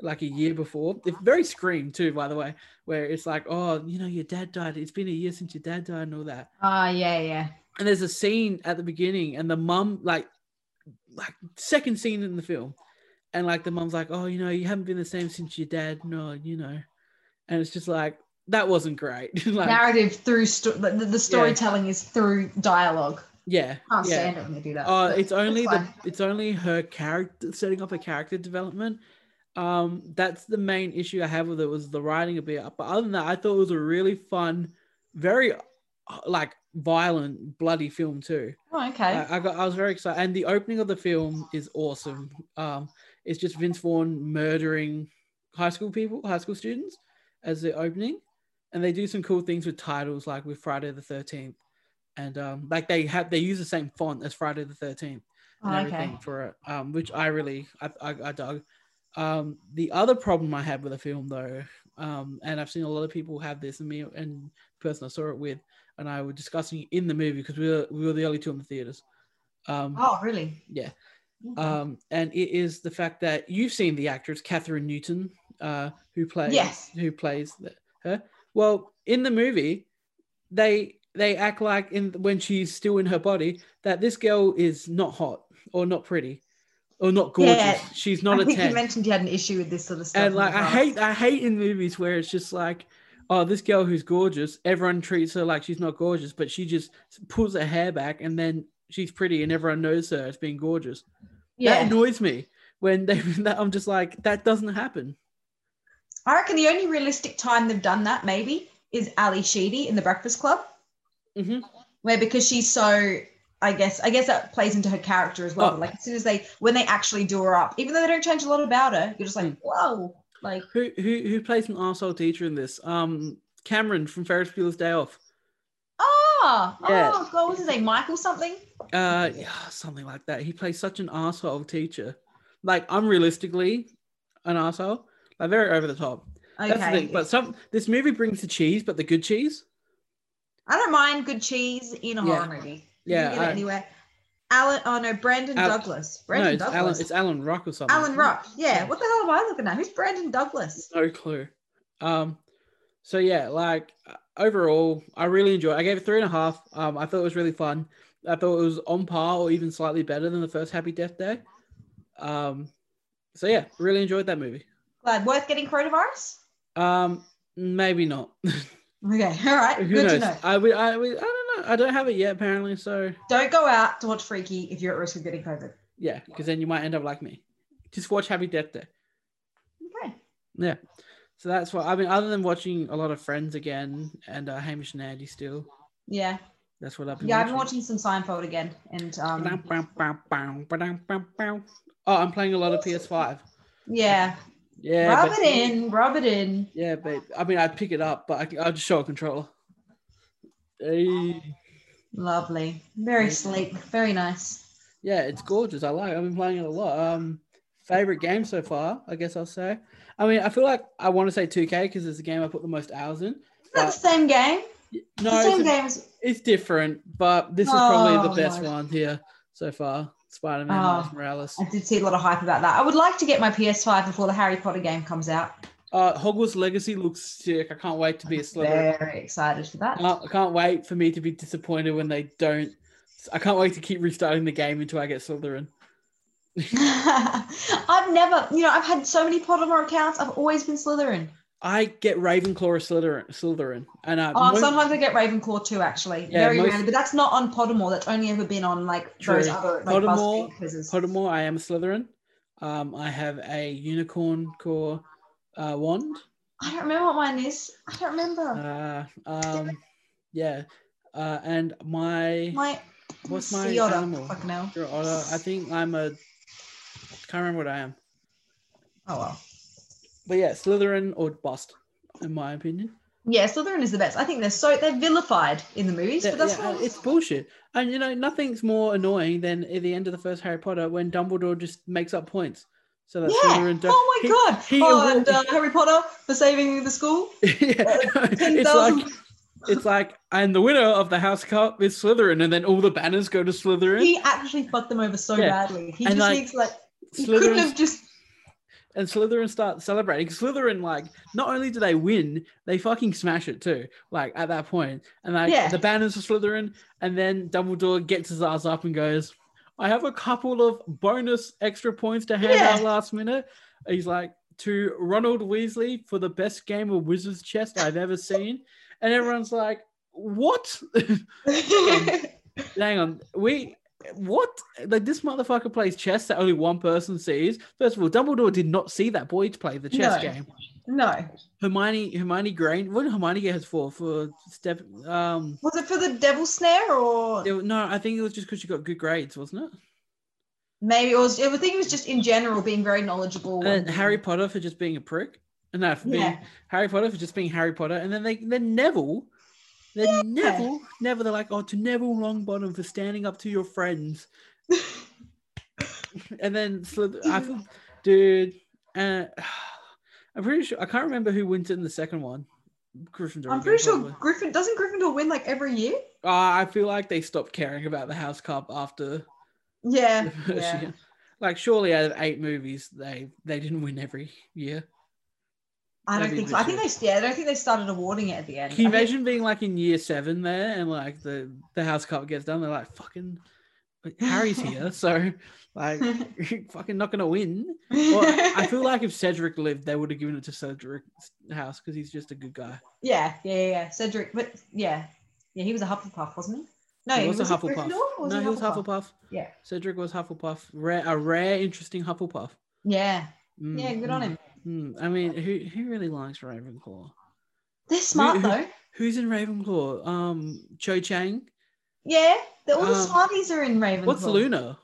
like a year before. It's very Scream too, by the way, where it's like, oh, you know, your dad died. It's been a year since your dad died and all that.
Ah, yeah, yeah.
And there's a scene at the beginning, and the mum, like, like second scene in the film, and like the mum's like, oh, you know, you haven't been the same since your dad. No, you know, and it's just like that wasn't great. like,
Narrative through sto- the, the storytelling is through dialogue.
yeah,
Can't
yeah.
stand it when they do that.
Uh,
but
it's only the
fine.
it's only her character setting up her character development. Um, that's the main issue I have with it was the writing a bit. But other than that, I thought it was a really fun, very uh, like violent, bloody film too.
Oh, okay.
I, I got I was very excited, and the opening of the film is awesome. Um, it's just Vince Vaughn murdering high school people, high school students, as the opening, and they do some cool things with titles like with Friday the Thirteenth, and um, like they have they use the same font as Friday the Thirteenth and
Oh,
everything
okay.
for it, um, which I really I, I, I dug. Um, the other problem I had with the film though, um, and I've seen a lot of people have this, and me and the person I saw it with, and I were discussing it in the movie because we were we were the only two in the theaters. Um,
Oh, really? Mm-hmm.
Yeah.
Okay.
um, and it is the fact that you've seen the actress Catherine Newton, uh, who plays
Yes.
who plays the, her. Well, in the movie, they they act like in when she's still in her body that this girl is not hot or not pretty or not gorgeous.
Yeah.
She's not
I
a
think
ten
you mentioned you had an issue with this sort of stuff.
and like
as
I
well.
hate I hate in movies where it's just like, oh, this girl who's gorgeous, everyone treats her like she's not gorgeous, but she just pulls her hair back and then she's pretty and everyone knows her as being gorgeous. That
Yeah.
annoys me when they that I'm just like that doesn't happen.
I reckon the only realistic time they've done that maybe is Ali Sheedy in The Breakfast Club,
Mhm.
where because she's so, I guess, I guess that plays into her character as well.
Oh.
Like as soon as they, when they actually do her up, even though they don't change a lot about her, you're just like,
Mm.
whoa, like
Who who who plays an arsehole teacher in this? Um, Cameron from Ferris Bueller's Day Off.
ah,
Yeah.
oh god, what is his name? Michael something?
Uh, yeah, something like that. He plays such an arsehole teacher, like unrealistically, an arsehole, like very over the top.
Okay.
That's the thing. But some this movie brings the cheese, but the good cheese.
I don't mind good cheese in a
Yeah.
horror movie. You
Yeah,
can get
I-
it anywhere. Alan, oh no, Brandon
Al-
Douglas. Brandon
no, it's Alan,
Douglas.
it's Alan Rock or something.
Alan Ruck. Yeah.
Yeah.
What the hell am I looking at? Who's Brandon Douglas?
No clue. Um, so yeah, like uh, overall, I really enjoyed. it. I gave it three and a half. Um, I thought it was really fun. I thought it was on par or even slightly better than the first Happy Death Day. Um, so yeah, really enjoyed that movie.
Glad worth getting coronavirus?
Um, maybe not.
Okay. All right.
Who
Good
knows?
to know.
I would. I would. I don't know. I don't have it yet apparently. So
Don't go out to watch Freaky if you're at risk of getting COVID.
yeah, because then you might end up like me. Just watch Happy Death Day.
Okay.
So that's what I mean. Other than watching a lot of Friends again and uh, Hamish and Andy, still
Yeah.
that's what I've been.
Yeah. I've been
watching.
watching some Seinfeld again. And um,
Oh, I'm playing a lot of PS5.
yeah.
Yeah,
Rub
but-
it in. Rub it in.
Yeah, but I mean, I'd pick it up, but I, I'll just show a controller. Hey.
Lovely. Very
Yeah.
sleek. Very nice.
Yeah, it's gorgeous. I like. It. I've been playing it a lot. Um, favorite game so far, I guess I'll say. I mean, I feel like I want to say 2K because it's the game I put the most hours in.
Isn't that the same game?
No,
the
it's
same
a-
game as
it's different, but this is probably
Oh,
the best
my-
one here so far. Spider Man,
Oh.
Miles Morales.
I did see a lot of hype about that. I would like to get my PS5 before the Harry Potter game comes out.
Uh, Hogwarts Legacy looks sick. I can't wait to be a Slytherin.
Very excited for that.
I can't- I can't wait for me to be disappointed when they don't. I can't wait to keep restarting the game until I get Slytherin. Uh,
I've never, you know, I've had so many Pottermore accounts. I've always been Slytherin.
I get Ravenclaw or Slytherin, Slytherin, and uh,
Oh,
most-
sometimes I get Ravenclaw too, actually.
Yeah,
Very
most-
rarely, but that's not on Pottermore. That's only ever been on like
True.
those other like
Pottermore-
BuzzFeed quizzes.
Pottermore, I am a Slytherin. Um, I have a unicorn core uh, wand.
I don't remember what mine is. I don't remember.
Uh, um, yeah, uh, and my
my
Uh, what's my
sea otter.
animal?
Fucking hell.
your honor, I think I'm a. Can't remember what I am,
Oh well.
but yeah, Slytherin or bust, in my opinion.
Yeah, Slytherin is the best. I think they're so they're vilified in the movies,
Yeah,
but that's
yeah,
not
it's bullshit. And you know, nothing's more annoying than at the end of the first Harry Potter when Dumbledore just makes up points. So that's
yeah.
Slytherin. don't-
Oh my
he-
god.
he
oh,
award-
and uh, Harry Potter for saving the school.
yeah, it's
10,000.
like it's like, and the winner of the House Cup is Slytherin, and then all the banners go to Slytherin.
He actually fucked them over so
Yeah.
badly. He
And,
just
like,
needs like he couldn't
Slytherin's
have just
and Slytherin start celebrating. Slytherin, like, not only do they win, they fucking smash it too. Like at that point, and like
Yeah.
the banners for Slytherin, and then Dumbledore gets his ass up and goes, "I have a couple of bonus extra points to hand
Yeah.
out last minute." He's like to Ronald Weasley for the best game of Wizard's Chess I've ever seen, and everyone's like, "What?" Hang on, we what? Like this motherfucker plays chess that only one person sees. First of all, Dumbledore did not see that boy play the chess
No.
game.
no.
Hermione, Hermione Grain. What did Hermione get hers for? For step. Um,
Was it for the devil snare or
it- no, I think it was just because she got good grades, wasn't it?
maybe it was? I think it was just in general being very knowledgeable.
And Harry Potter for just being a prick. And no, for being
Yeah.
Harry Potter for just being Harry Potter. And then they then Neville. Then Neville, Neville, they're like, oh, to Neville Longbottom for standing up to your friends. and then Slith- I feel, dude, uh, I'm pretty sure I can't remember who wins it in the second one. Gryffindor.
I'm
again,
pretty sure
probably.
Griffin doesn't Gryffindor win like every year.
Uh, I feel like they stopped caring about the House Cup after.
Yeah.
she-
yeah.
like surely out of eight movies, they they didn't win every year.
I don't
Maybe
think so.
this
I think they yeah, I don't think they started awarding it at the end.
Can you
I think-
imagine being like in year seven there and like the the house cup gets done? They're like, fucking like, Harry's here, so like fucking not gonna win. Well, I feel like if Cedric lived, they would have given it to Cedric's house because he's just a good guy.
yeah, yeah, yeah, yeah. Cedric, but yeah, yeah, he was a Hufflepuff, wasn't he? No,
he was, a Hufflepuff.
Gryffindor or
no, he was Hufflepuff.
Yeah.
Cedric was Hufflepuff. Rare, a rare, interesting Hufflepuff.
Yeah,
Mm,
yeah, good on
mm,
him.
mm. I mean, who who really likes Ravenclaw?
They're smart
who-
though.
Who's in Ravenclaw? Um, Cho Chang.
Yeah, the, all the
Um,
smarties are in Ravenclaw.
What's Luna?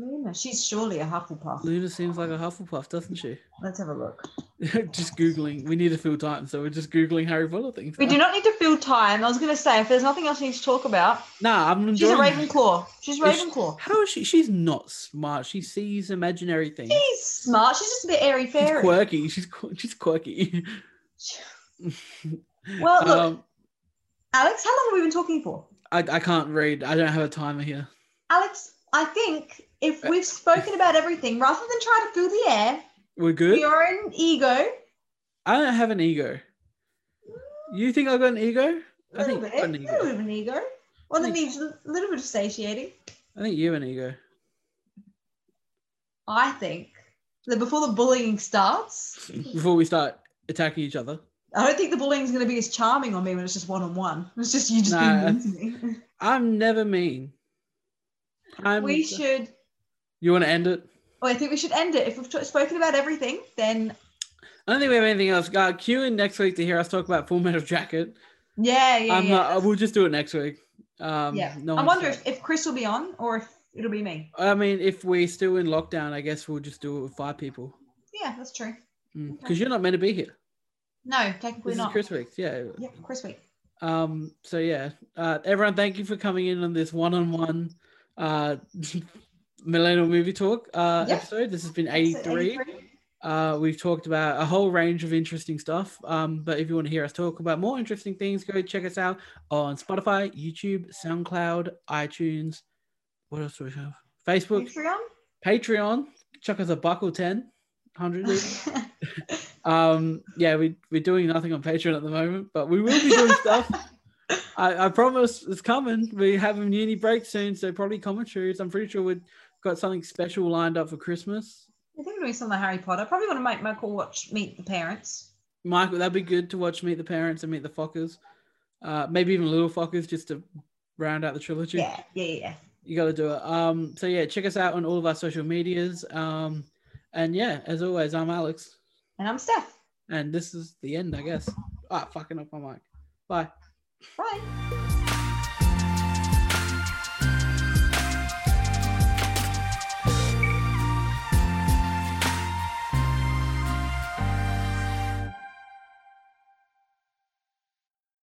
Luna, she's surely a Hufflepuff.
Luna Uh, seems like a Hufflepuff, doesn't she?
Let's have a look.
just googling. We need to fill time, so we're just googling Harry Potter things.
We do not need to fill time. I was going to say, if there's nothing else we need to talk about,
Nah, I'm
she's a
enjoying.
Ravenclaw. She's
Is she-
Ravenclaw.
How is she? She's not smart. She sees imaginary things.
She's smart. She's just a bit airy
She's
fairy.
quirky. She's qu- she's quirky.
Well, look,
um,
Alex, how long have we been talking for?
I I can't read. I don't have a timer here.
Alex, I think if
Uh,
we've spoken about everything, rather than try to fill the air,
We're good.
your own ego,
I don't have an ego. You think I've got an ego?
a
I
little
think
bit,
I've got
a
an
little bit
ego.
of an ego, one that
Mm.
needs a little bit of satiating.
I think you have an ego.
I think that before the bullying starts,
Before we start attacking each other,
I don't think the bullying is going to be as charming on me when it's just one on one. It's just you just
Nah.
being mean to me.
I'm never mean. I'm.
we should.
You want to end it?
Well, I think we should end it. If we've t- spoken about everything, then
I don't think we have anything else. Uh, cue in next week to hear us talk about Full Metal Jacket.
yeah, yeah,
I'm
yeah.
not- we'll just do it next week. Um,
yeah.
no
I
one's-
wonder if, if Chris will be on or if it'll be me.
I mean, if we're still in lockdown, I guess we'll just do it with five people.
Yeah, that's true.
Because you're not meant to be here.
No, technically
This is
not.
Chris week. Yeah.
Yeah, Chris week.
Um, so yeah, uh, everyone, thank you for coming in on this one-on-one uh, millennial movie talk uh,
Yeah.
episode. This has been
Episode
83. Uh, we've talked about a whole range of interesting stuff. Um, but if you want to hear us talk about more interesting things, go check us out on Spotify, YouTube, SoundCloud, iTunes. What else do we have? Facebook, Patreon. Chuck us a buckle 10, 100. even.
Patreon.
um, yeah, we, we're doing nothing on Patreon at the moment, but we will be doing stuff. I, I promise it's coming. We have a uni break soon, so probably commentaries. I'm pretty sure we've got something special lined up for Christmas.
I think we're doing some of the Harry Potter. Probably want to make Michael watch Meet the Parents.
Michael, that'd be good to watch Meet the Parents and Meet the Fockers. Uh, maybe even Little Fockers just to round out the trilogy.
Yeah, yeah, yeah, yeah.
You got to do it. Um, so, yeah, check us out on all of our social medias. Um, and yeah, as always, I'm Alex.
And I'm Steph.
And this is the end, I guess. Ah, fucking up my mic. Bye.
Bye.